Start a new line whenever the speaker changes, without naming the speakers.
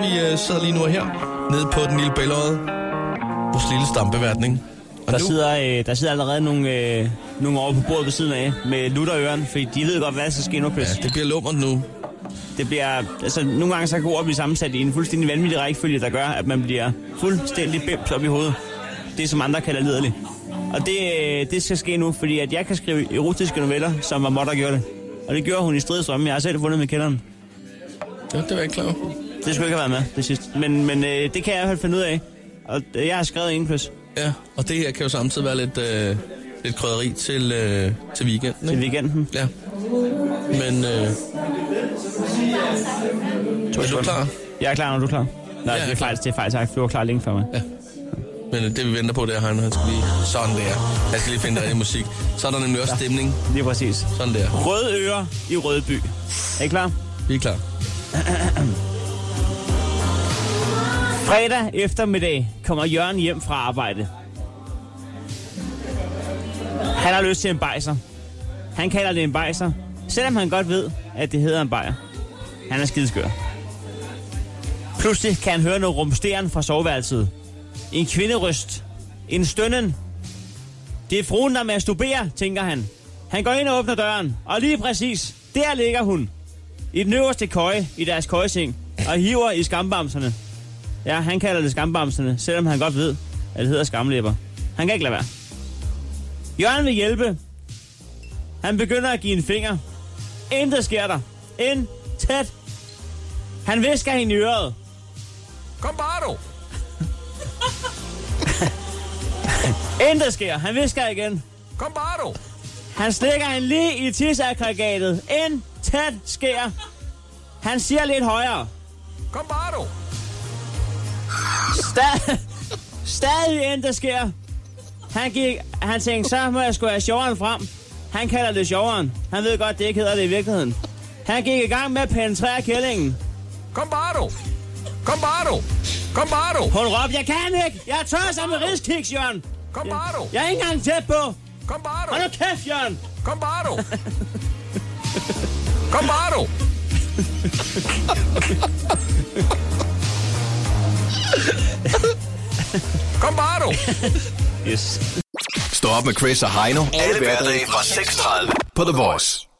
Vi øh, sidder lige nu her, nede på den lille bælgerøde, vores lille stampeværtning. Og
Der
nu-
sidder, øh, der sidder allerede nogle, øh, nogle over på bordet ved siden af med lutter øren, fordi de ved godt, hvad der skal ske nu
Ja,
pludselig.
det bliver lummert nu.
Det bliver, altså, nogle gange så kan ord blive sammensat i en fuldstændig vanvittig rækkefølge, der gør, at man bliver fuldstændig bims op i hovedet. Det, som andre kalder liderligt. Og det, øh, det skal ske nu, fordi at jeg kan skrive erotiske noveller, som var motter gjorde det. Og det gjorde hun i stridsrømme. Jeg har selv fundet med kælderen.
Ja, det var jeg ikke klar over.
Det skulle ikke have været med, det sidste. Men, men øh, det kan jeg i hvert fald finde ud af. Og øh, jeg har skrevet en plus
Ja, og det her kan jo samtidig være lidt, øh, lidt krydderi til, øh, til weekenden. Ikke?
til weekenden.
Ja. Men øh, er du klar?
Jeg er klar, når du er klar. Nej,
Ja, jeg
det
er
er
klar.
faktisk, det er faktisk, sagt. du var klar længe før mig.
Men øh, det vi venter på, det er, at Heino, han skal lige... Sådan der. Han skal lige finde rigtig musik. Så er der nemlig også stemning.
Lige præcis.
Sådan der.
Røde ører i Rødeby. Er I klar?
Vi er klar.
Fredag eftermiddag kommer Jørgen hjem fra arbejde. Han har lyst til en bajser. Han kalder det en bajser, selvom han godt ved, at det hedder en bajer. Han er skideskør. Pludselig kan han høre noget rumsteren fra soveværelset. En kvinderyst. En stønnen. Det er fruen, der masturberer, tænker han. Han går ind og åbner døren, og lige præcis, der ligger hun. I den øverste køje i deres køjeseng, og hiver i skambamserne. Ja, han kalder det skambamserne, selvom han godt ved, at det hedder skamlæber. Han kan ikke lade være. Jørgen vil hjælpe. Han begynder at give en finger. Intet sker der. Ind tæt. Han visker hende i øret.
Kom bare du!
Intet sker. Han visker igen.
Kom bare du!
Han slikker hende lige i tisseaggregatet. Ind tæt sker. Han siger lidt højere.
Kom bare du!
Stad, stadig end der sker. Han, gik, han tænkte, så må jeg skulle have sjoveren frem. Han kalder det sjoveren. Han ved godt, det ikke hedder det i virkeligheden. Han gik i gang med at penetrere kællingen.
Kom bare du! Kom bare du! Kom bare du!
Hun råbte, jeg kan ikke! Jeg er tør som en ridskiks, Jørgen!
Kom bare du!
Jeg er ikke engang tæt på!
Kom bare
Hold nu kæft, Jørgen!
Kom bare du! Kom bare du! Kom bare du!
Yes.
Stå op med Chris og Heino. Alle hverdage fra 6.30 på The Voice.